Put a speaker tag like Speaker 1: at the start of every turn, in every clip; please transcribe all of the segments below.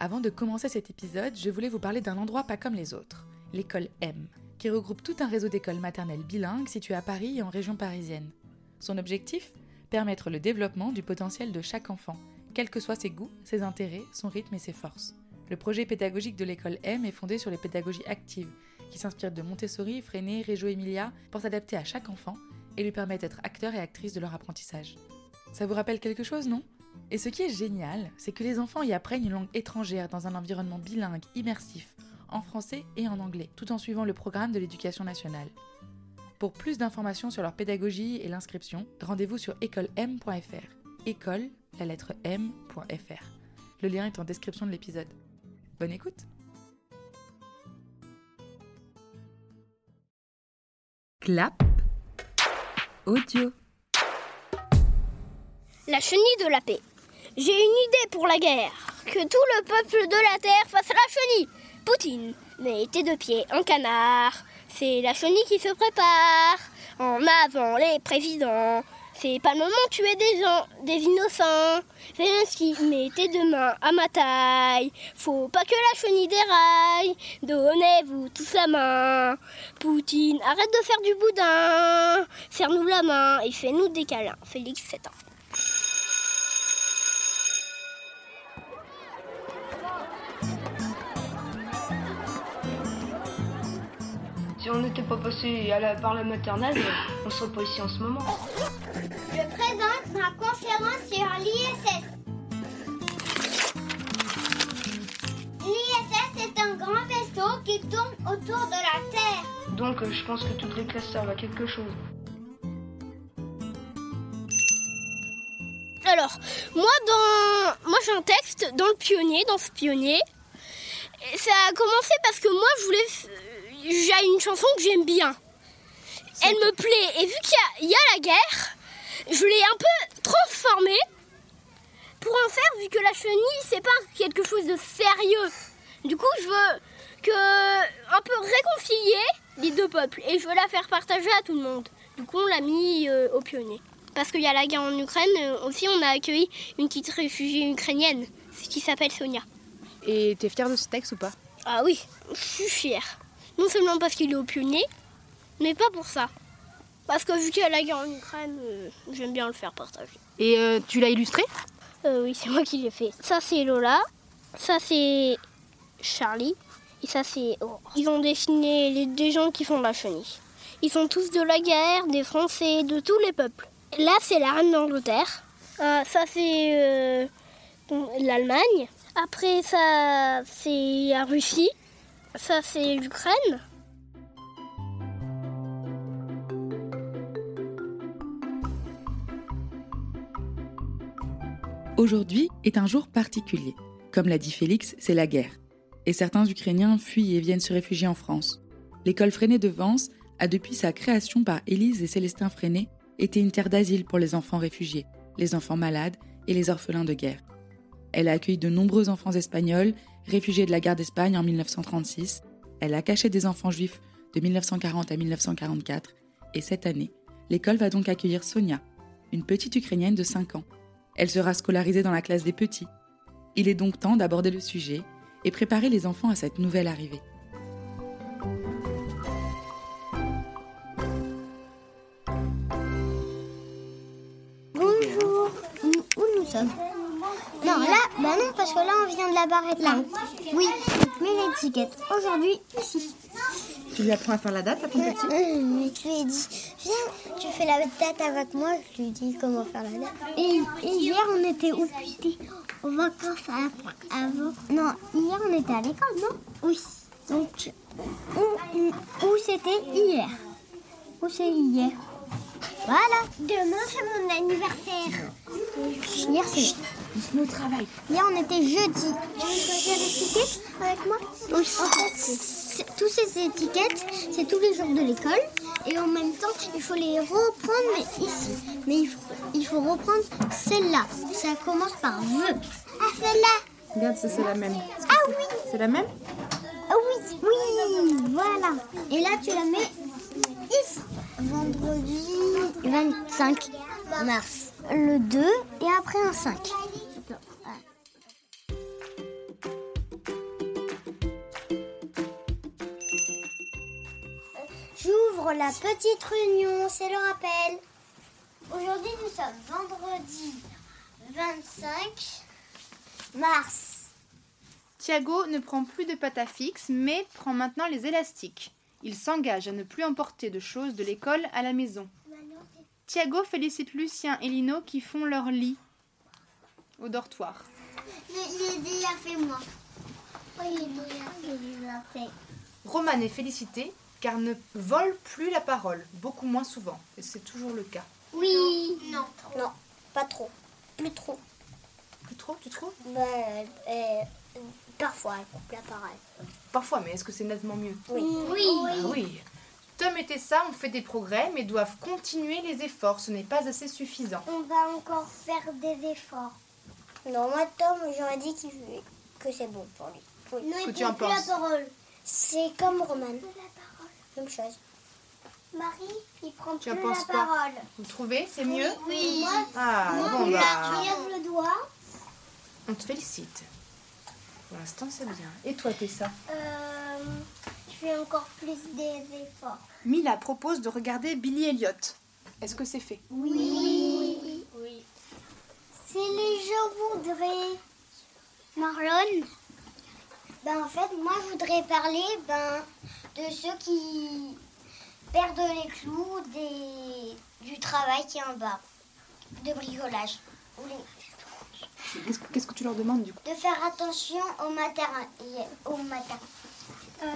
Speaker 1: Avant de commencer cet épisode, je voulais vous parler d'un endroit pas comme les autres, l'école M, qui regroupe tout un réseau d'écoles maternelles bilingues situées à Paris et en région parisienne. Son objectif Permettre le développement du potentiel de chaque enfant, quels que soient ses goûts, ses intérêts, son rythme et ses forces. Le projet pédagogique de l'école M est fondé sur les pédagogies actives, qui s'inspirent de Montessori, Freinet, Reggio Emilia, pour s'adapter à chaque enfant et lui permettre d'être acteur et actrice de leur apprentissage. Ça vous rappelle quelque chose, non Et ce qui est génial, c'est que les enfants y apprennent une langue étrangère dans un environnement bilingue, immersif, en français et en anglais, tout en suivant le programme de l'éducation nationale. Pour plus d'informations sur leur pédagogie et l'inscription, rendez-vous sur écolem.fr. École, la lettre m.fr. Le lien est en description de l'épisode. Bonne écoute
Speaker 2: Clap audio.
Speaker 3: La chenille de la paix. J'ai une idée pour la guerre. Que tout le peuple de la Terre fasse la chenille. Poutine, mettez de pied un canard. C'est la chenille qui se prépare. En avant les présidents. C'est pas le moment de tuer des gens, des innocents. Zelensky, mettez deux mains à ma taille. Faut pas que la chenille déraille. Donnez-vous tous la main. Poutine, arrête de faire du boudin. Serre-nous la main et fais-nous des câlins. Félix, 7 ans.
Speaker 4: Si on n'était pas passé à la, par la maternelle, on serait pas ici en ce moment.
Speaker 5: Je présente ma conférence sur l'ISS. L'ISS est un grand vaisseau qui tourne autour de la Terre.
Speaker 4: Donc euh, je pense que toutes les classes servent à quelque chose.
Speaker 3: Alors, moi, dans... moi j'ai un texte dans le pionnier, dans ce pionnier. Et ça a commencé parce que moi, je voulais. f- J'ai une chanson que j'aime bien. Elle me plaît. Et vu qu'il y a- il y, a la guerre, je l'ai un peu transformée pour en faire, vu que la chenille, c'est pas quelque chose de sérieux. Du coup, je veux que. un peu réconcilier les deux peuples. Et je veux la faire partager à tout le monde. Du coup, on l'a mis euh, au pionnier. Parce qu'il y a la guerre en Ukraine, euh, aussi on a accueilli une petite réfugiée ukrainienne qui s'appelle Sonia.
Speaker 6: Et t'es fière de ce texte ou pas
Speaker 3: Ah oui, je suis fière. Non seulement parce qu'il est au pionnier, mais pas pour ça. Parce que vu qu'il y a la guerre en Ukraine, euh, j'aime bien le faire partager.
Speaker 6: Et euh, tu l'as illustré
Speaker 3: Euh, oui, c'est moi qui l'ai fait. Ça c'est Lola, ça c'est Charlie et ça c'est Aurore. Ils ont dessiné les deux gens qui font la chenille. Ils sont tous de la guerre, des Français, de tous les peuples. Là c'est la reine d'Angleterre. Euh, ça c'est euh, l'Allemagne. Après ça c'est la Russie. Ça c'est l'Ukraine.
Speaker 1: Aujourd'hui est un jour particulier. Comme l'a dit Félix, c'est la guerre. Et certains Ukrainiens fuient et viennent se réfugier en France. L'école Freinet de Vence a depuis sa création par Élise et Célestin Freinet été une terre d'asile pour les enfants réfugiés, les enfants malades et les orphelins de guerre. Elle a accueilli de nombreux enfants espagnols réfugiés de la guerre d'Espagne en 1936. Elle a caché des enfants juifs de 1940 à 1944. Et cette année, l'école va donc accueillir Sonia, une petite Ukrainienne de 5 ans. Elle sera scolarisée dans la classe des petits. Il est donc temps d'aborder le sujet et préparer les enfants à cette nouvelle arrivée.
Speaker 5: Bonjour. Où nous sommes Non, là, bah non, parce que là, on vient de la barrette là. Oui, mais l'étiquette. Aujourd'hui, ici. Euh,
Speaker 2: Tu lui apprends à faire la date, à ton petit
Speaker 5: Mais tu lui as dit, viens, tu fais la date avec moi, je lui dis comment faire la date. Et, hier, on était où En vacances avant. Non, hier, on était à l'école, non Oui. Donc, où, où- où c'était hier Où c'est hier Voilà. Demain, c'est mon anniversaire. Hier, c'est. Hier, on était jeudi. Tu veux l'étiquette avec moi En fait, c'est- toutes ces étiquettes, c'est tous les jours de l'école. Et en même temps, il faut les reprendre, mais ici. Mais il faut, il faut reprendre celle-là. Ça commence par vœux. Ah, celle-là
Speaker 2: Regarde, ça c'est la même.
Speaker 5: Ah oui
Speaker 2: C'est la même
Speaker 5: Ah oui Oui Voilà. Et là, tu la mets ici. Vendredi 25 mars. Le 2 et après un 5. pour la petite réunion, c'est le rappel. Aujourd'hui, nous sommes vendredi 25 mars.
Speaker 7: Thiago ne prend plus de pâte à fixe, mais prend maintenant les élastiques. Il s'engage à ne plus emporter de choses de l'école à la maison. Thiago félicite Lucien et Lino qui font leur lit au dortoir.
Speaker 5: J'ai déjà fait moi. Oui, j'ai déjà fait.
Speaker 7: Roman est félicité car ne vole plus la parole, beaucoup moins souvent, et c'est toujours le cas.
Speaker 5: Oui. Non. Non, pas trop. Plus trop.
Speaker 7: Plus trop, tu trouves
Speaker 5: Bah, euh, euh, parfois, elle coupe la parole.
Speaker 7: Parfois, mais est-ce que c'est nettement mieux
Speaker 5: Oui.
Speaker 7: Ah oui. Tom et Tessa ont fait des progrès, mais doivent continuer les efforts. Ce n'est pas assez suffisant.
Speaker 5: On va encore faire des efforts. Non, moi, Tom, j'aurais dit qu'il que c'est bon pour lui. Non,
Speaker 7: Que tu en penses
Speaker 5: parole. C'est comme Roman. Même chose. Marie, il prend
Speaker 7: Tu en penses quoi Vous trouvez C'est mieux
Speaker 5: Oui.
Speaker 7: Ah, bon bah,
Speaker 5: lève le doigt.
Speaker 7: on te félicite. Pour l'instant, c'est bien. Et toi, Tessa
Speaker 5: Euh, je fais encore plus des efforts.
Speaker 7: Mila propose de regarder Billy Elliot. Est-ce que c'est fait
Speaker 5: Oui. Oui. Si les gens voudraient. Marlon Ben en fait, moi je voudrais parler ben, de ceux qui perdent les clous des, du travail qui est en bas, de bricolage. Ou les-
Speaker 7: Qu'est-ce que- Qu'est-ce que tu leur demandes du coup
Speaker 5: De faire attention au matin. Au matin. euh,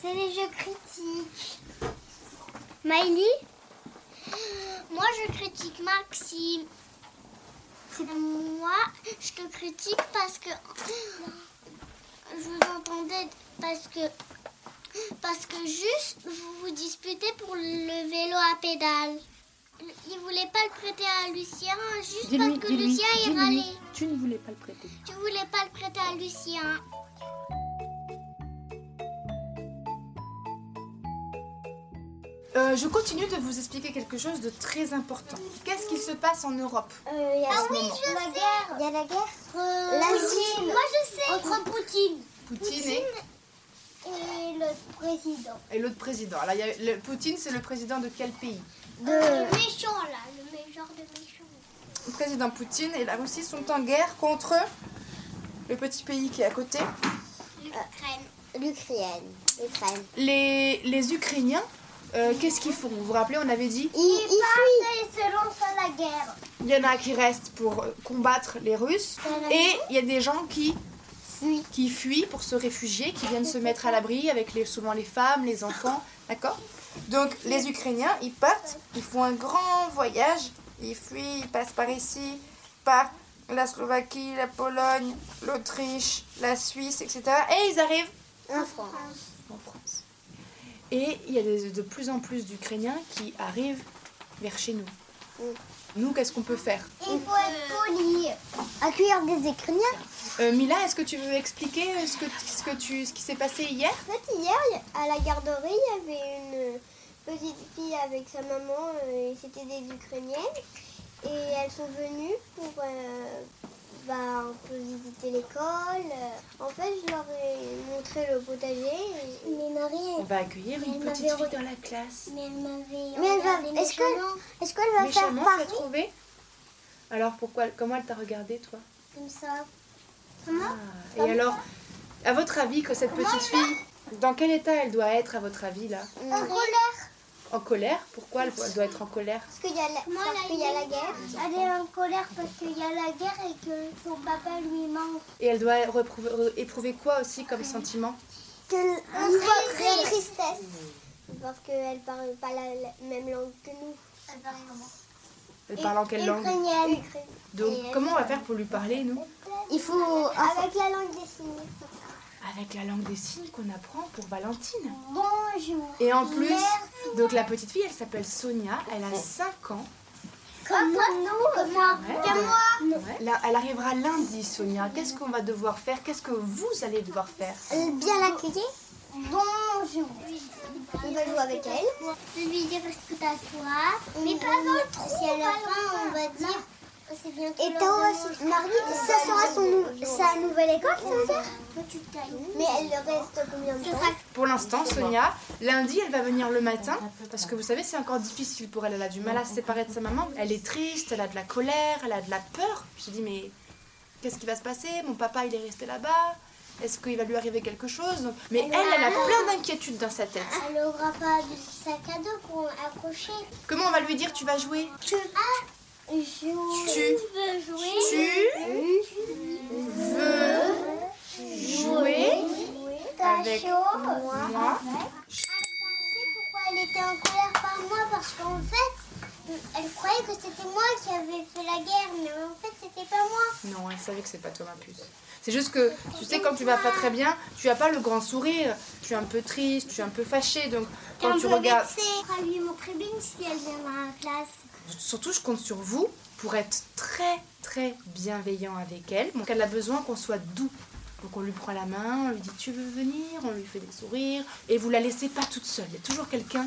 Speaker 5: C'est les jeux critiques. Miley Moi, je critique Maxime. Moi, je te critique parce que je vous entendais parce que parce que juste vous vous disputez pour le vélo à pédale. Il voulait pas le prêter à Lucien juste parce que Lucien il râlait.
Speaker 7: Tu ne voulais pas le prêter.
Speaker 5: Tu voulais pas le prêter à Lucien.
Speaker 7: Euh, je continue de vous expliquer quelque chose de très important. Qu'est-ce qui se passe en Europe
Speaker 5: ah oui, je la guerre. Il y a la guerre. Poutine. Moi, je sais. Entre Poutine
Speaker 7: Poutine et,
Speaker 5: et le président.
Speaker 7: et l'autre président. Alors, il y a le- Poutine, c'est le président de quel pays
Speaker 5: Euh, Le méchant, là. Le mé- genre de méchant.
Speaker 7: Le président Poutine et la Russie sont en guerre contre le petit pays qui est à côté.
Speaker 5: L'Ukraine. L'Ukraine. L'Ukraine.
Speaker 7: Les, les Ukrainiens, euh, qu'est-ce qu'ils font Vous vous rappelez, on avait dit,
Speaker 5: Ils partent et ils se lancent à la guerre.
Speaker 7: il y en a qui restent pour euh, combattre les Russes et il y a des gens qui
Speaker 5: Fuient.
Speaker 7: qui fuient pour se réfugier, qui viennent se mettre à l'abri avec les, souvent les femmes, les enfants, d'accord Donc les Ukrainiens, ils partent, ils font un grand voyage, ils fuient, ils passent par ici, par la Slovaquie, la Pologne, l'Autriche, la Suisse, etc. Et ils arrivent
Speaker 5: En France.
Speaker 7: en France. Et il y a de, de plus en plus d'Ukrainiens qui arrivent vers chez nous.
Speaker 5: Mm.
Speaker 7: Nous, qu'est-ce qu'on peut faire
Speaker 5: Il faut être poli. Accueillir des Ukrainiens.
Speaker 7: Euh, Mila, est-ce que tu veux expliquer euh, ce, que, ce, que tu, ce qui s'est passé hier
Speaker 5: En fait, hier, il y- à la garderie, il y avait une petite fille avec sa maman, euh, et c'était des Ukrainiennes, et elles sont venues pour euh, bah, un peu visiter l'école. Euh, En fait, je leur ai montré le potager. Mais
Speaker 7: On
Speaker 5: Marie,
Speaker 7: va accueillir une
Speaker 5: Elle m'avait
Speaker 7: petite fille
Speaker 5: re-
Speaker 7: dans la classe.
Speaker 5: mais elle m'avait. Mais elle va. Est-ce que- est-ce qu'elle va faire
Speaker 7: Méchamment, tu as
Speaker 5: Paris
Speaker 7: trouvé Alors, pourquoi, comment elle t'a regardé, toi
Speaker 5: comme ça Comment
Speaker 7: Et alors, à votre avis, que cette petite fille, dans quel état elle doit être, à votre avis, là
Speaker 5: En Mm. colère.
Speaker 7: En colère Pourquoi elle doit être en colère
Speaker 5: Parce qu'il y a la, parce qu'il y a la guerre. Elle est en colère parce qu'il y a la guerre et que son papa lui manque.
Speaker 7: Et elle doit reprouver- re- éprouver quoi aussi comme sentiment
Speaker 5: Une très tristesse. Parce qu'elle parle pas la, la même langue que nous. Elle parle comment
Speaker 7: Elle parle en quelle langue
Speaker 5: Ukrainienne.
Speaker 7: Donc, comment on va faire pour lui parler, nous
Speaker 5: Il faut. Avec la langue des signes.
Speaker 7: Avec la langue des signes qu'on apprend pour Valentine.
Speaker 5: Bonjour.
Speaker 7: Et en plus, donc la petite fille, elle s'appelle Sonia, elle a 5 ans.
Speaker 5: Comme moi, nous. Comme moi. Comme moi.
Speaker 7: Ouais. Là, elle arrivera lundi, Sonia. Qu'est-ce qu'on va devoir faire Qu'est-ce que vous allez devoir faire
Speaker 5: Euh, Bien l'accueillir. Bonjour. On va jouer avec elle. Je vais lui dire ce que t'as soif. Mais pas dans le trou. Si à la fin, on va dire Et Tao, Marie, ça sera son nou- sa nouvelle école, ça veut dire Mais elle le reste combien de temps
Speaker 7: Pour l'instant, Sonia, lundi, elle va venir le matin parce que vous savez, c'est encore difficile pour elle. Elle a du mal à se séparer de sa maman. Elle est triste, elle a de la colère, elle a de la peur. Je te dis, mais qu'est-ce qui va se passer Mon papa, il est resté là-bas. Est-ce qu'il va lui arriver quelque chose Donc, Mais elle, elle a plein d'inquiétudes dans sa tête.
Speaker 5: Elle aura pas de sac à dos pour accrocher.
Speaker 7: Comment on va lui dire tu vas jouer
Speaker 5: Tu as joué.
Speaker 7: Tu
Speaker 5: veux jouer
Speaker 7: tu veux jouer avec
Speaker 5: moi.
Speaker 7: moi
Speaker 5: sais pourquoi elle était en colère par moi parce qu'en fait, elle croyait que c'était moi qui avais fait la guerre, mais en fait, c'était pas moi.
Speaker 7: Non, elle savait que c'est pas toi ma puce. C'est juste que, tu sais, quand tu vas pas très bien, tu as pas le grand sourire. Tu es un peu triste, tu es un peu fâché. Donc, quand tu regardes.
Speaker 5: On va lui montrer bien si elle vient dans la classe.
Speaker 7: Surtout, je compte sur vous pour être très, très bienveillant avec elle. Donc, elle a besoin qu'on soit doux. Donc, on lui prend la main, on lui dit tu veux venir, on lui fait des sourires. Et vous la laissez pas toute seule. Il y a toujours quelqu'un.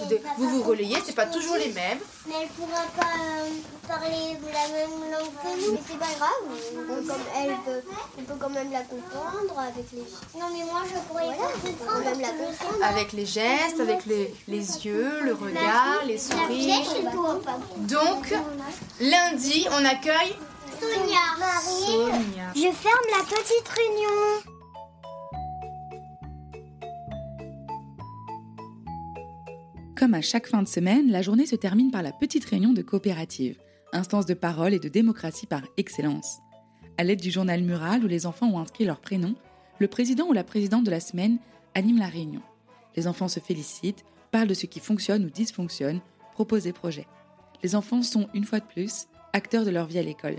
Speaker 5: Mais papa,
Speaker 7: Vous vous relayez,
Speaker 5: comprends
Speaker 7: c'est
Speaker 5: ce
Speaker 7: pas
Speaker 5: qu'on
Speaker 7: toujours
Speaker 5: dit.
Speaker 7: les mêmes.
Speaker 5: Mais elle pourra pas euh, parler la même langue que nous. Mais c'est pas grave, on peut, quand même la comprendre avec les... Non mais moi je pourrais pas comprendre. Même la comprendre.
Speaker 7: Avec les gestes, avec les, les yeux, le regard, les
Speaker 5: La
Speaker 7: sourires.
Speaker 5: flèche, elle pourra pas.
Speaker 7: Donc, lundi, on accueille
Speaker 5: Sonia, Marie,
Speaker 7: Sonia.
Speaker 5: je ferme la petite réunion.
Speaker 1: Comme à chaque fin de semaine, la journée se termine par la petite réunion de coopérative, instance de parole et de démocratie par excellence. À l'aide du journal mural où les enfants ont inscrit leur prénom, le président ou la présidente de la semaine anime la réunion. Les enfants se félicitent, parlent de ce qui fonctionne ou dysfonctionne, proposent des projets. Les enfants sont, une fois de plus, acteurs de leur vie à l'école.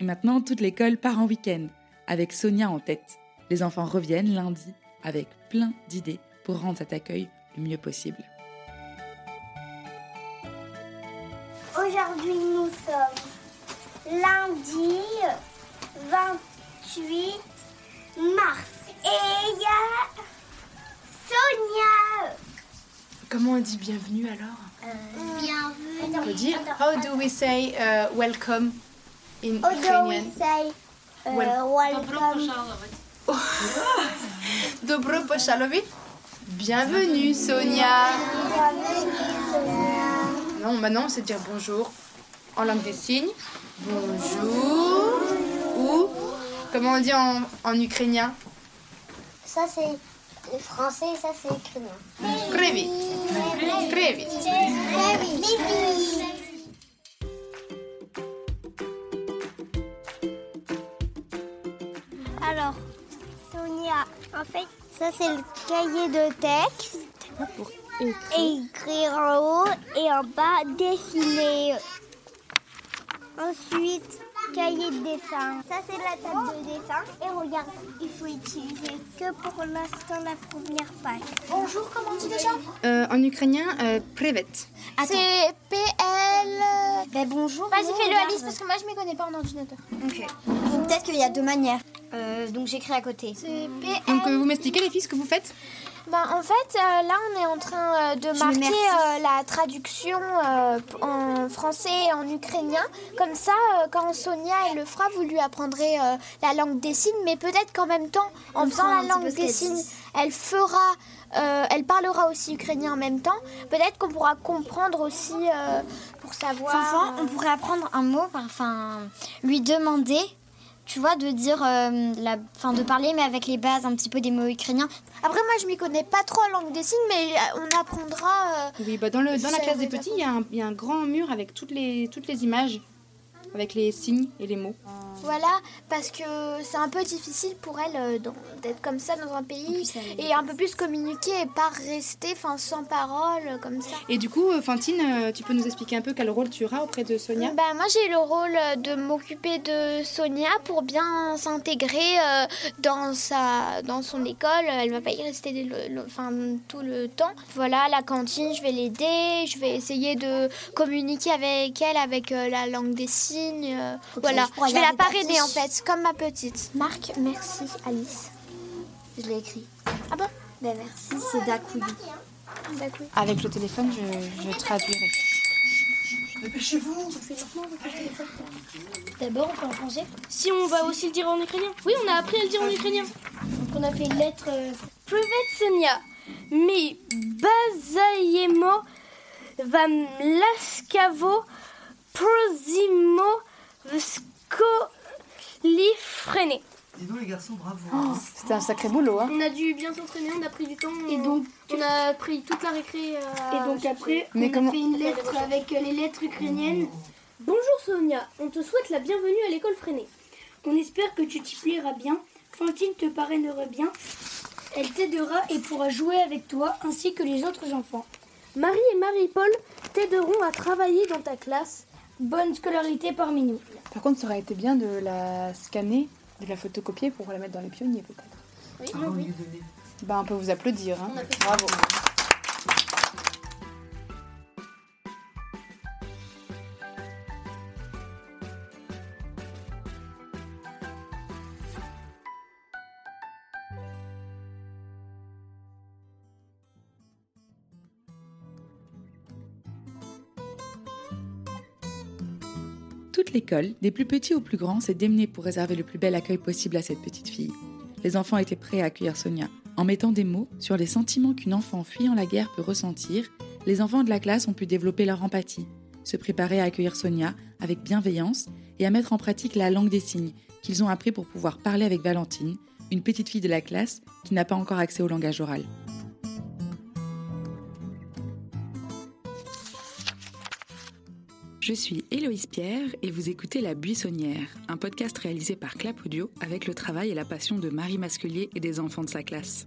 Speaker 1: Et maintenant, toute l'école part en week-end, avec Sonia en tête. Les enfants reviennent lundi avec plein d'idées pour rendre cet accueil le mieux possible.
Speaker 5: Aujourd'hui, nous sommes lundi 28 mars. Et il y a Sonia.
Speaker 7: Comment on dit bienvenue alors
Speaker 5: Bienvenue.
Speaker 7: On peut dire How do we say uh, welcome in Ukrainian?
Speaker 5: uh,
Speaker 7: Wel- Добро пожаловать. Bienvenue Sonia. Non, maintenant on sait dire bonjour en langue des signes. Bonjour. Ou comment on dit en, en ukrainien?
Speaker 5: Ça, c'est le français, ça, c'est écrit.
Speaker 7: Привіт. Привіт.
Speaker 5: Alors, Sonia, en fait, ça c'est le cahier de texte. Et écrire en haut et en bas, dessiner. Ensuite, cahier de dessin. Ça c'est la table de dessin. Et regarde, il faut utiliser que pour l'instant la première page. Bonjour, comment tu déjà
Speaker 7: Euh, en ukrainien, euh, привет.
Speaker 5: c'est PL. Ben bonjour. Vas-y, fais-le Alice parce que moi je m'y connais pas en ordinateur. Ok. Peut-être qu'il y a deux manières. Euh, donc j'écris à côté. C'est PL.
Speaker 7: Donc euh, vous m'expliquez les filles ce que vous faites?
Speaker 8: Ben, en fait, euh, là, on est en train euh, de marquer euh, la traduction euh, p- en français et en ukrainien. Comme ça, euh, quand Sonia elle le fera, vous lui apprendrez euh, la langue des signes. Mais peut-être qu'en même temps, en faisant la langue des signes, elle fera, euh, elle parlera aussi ukrainien en même temps. Peut-être qu'on pourra comprendre aussi euh, pour savoir.
Speaker 9: Fanfan,
Speaker 8: euh,
Speaker 9: on pourrait apprendre un mot,
Speaker 5: ben,
Speaker 9: enfin, lui demander, tu vois, de dire, euh, la, enfin, de parler, mais avec les bases un petit peu des mots ukrainiens.
Speaker 8: Après, moi, je m'y connais pas trop en langue des signes, mais euh, on apprendra. euh,
Speaker 7: Oui, bah dans, le, dans la
Speaker 8: Ça,
Speaker 7: classe
Speaker 8: oui,
Speaker 7: des petits, il y, a un- il y a un grand mur avec toutes les, toutes les images, avec les signes et les mots.
Speaker 8: Voilà, parce que c'est un peu difficile pour elle euh, dans- d'être comme ça dans un pays et un peu plus communiquer et pas rester enfin, sans parole euh, comme ça.
Speaker 7: Et du coup, euh, Fantine, euh, tu peux nous expliquer un peu quel rôle tu auras auprès de Sonia
Speaker 8: Bah, moi j'ai eu le rôle euh, de m'occuper de Sonia pour bien s'intégrer euh, dans, sa, dans son école. Elle va pas y rester le- le- enfin, tout le temps. Voilà, à la cantine, je vais l'aider, je vais essayer de communiquer avec elle avec euh, la langue des signes. euh, voilà,
Speaker 9: pourras
Speaker 8: je vais la
Speaker 9: garder ta
Speaker 8: parrainer
Speaker 9: fiche.
Speaker 8: en fait, comme ma petite. Marc, merci Alice.
Speaker 9: Je l'ai écrit.
Speaker 8: Ah bon
Speaker 9: Ben merci, c'est Dakoui.
Speaker 8: D'accord.
Speaker 7: Avec le téléphone, je, je traduirai. Dépêchez-vous
Speaker 5: D'abord, on peut en français.
Speaker 3: Si on va aussi le dire en ukrainien. Oui, on a appris à le
Speaker 8: Euh,
Speaker 3: dire en ukrainien.
Speaker 5: Donc, on a fait une lettre. euh,
Speaker 3: Привет, Соня. Ми базаємо вам ласкаво прозимо в сколі френи.
Speaker 10: Dis donc les garçons, bravo.
Speaker 6: C'était un sacré boulot, hein.
Speaker 3: On a dû bien s'entraîner, on a pris du temps.
Speaker 5: Et donc,
Speaker 3: on a pris toute la récré. euh,
Speaker 5: Et donc après,
Speaker 6: Mais
Speaker 5: on
Speaker 6: comment-
Speaker 5: a fait une lettre avec euh, les lettres ukrainiennes.
Speaker 3: Mmh. Bonjour Sonia, on te souhaite la bienvenue à l'école Freinet.
Speaker 5: On espère que tu t'y plairas bien. Fantine te parrainera bien. Elle t'aidera et pourra jouer avec toi ainsi que les autres enfants.
Speaker 3: Marie et Marie-Paul t'aideront à travailler dans ta classe.
Speaker 5: Bonne scolarité parmi nous.
Speaker 6: Par contre, ça aurait été bien de la scanner, de la photocopier pour la mettre dans les pionniers, peut-être.
Speaker 10: Avant de lui donner.
Speaker 6: Bah, on peut vous applaudir, hein.
Speaker 7: Bravo
Speaker 1: Toute l'école, des plus petits aux plus grands, s'est démenée pour réserver le plus bel accueil possible à cette petite fille. Les enfants étaient prêts à accueillir Sonia. En mettant des mots sur les sentiments qu'une enfant fuyant la guerre peut ressentir, les enfants de la classe ont pu développer leur empathie, se préparer à accueillir Sonia avec bienveillance et à mettre en pratique la langue des signes qu'ils ont appris pour pouvoir parler avec Valentine, une petite fille de la classe qui n'a pas encore accès au langage oral.
Speaker 11: Je suis Héloïse Pierre et vous écoutez La Buissonnière, un podcast réalisé par Clap Audio avec le travail et la passion de Marie Masculier et des enfants de sa classe.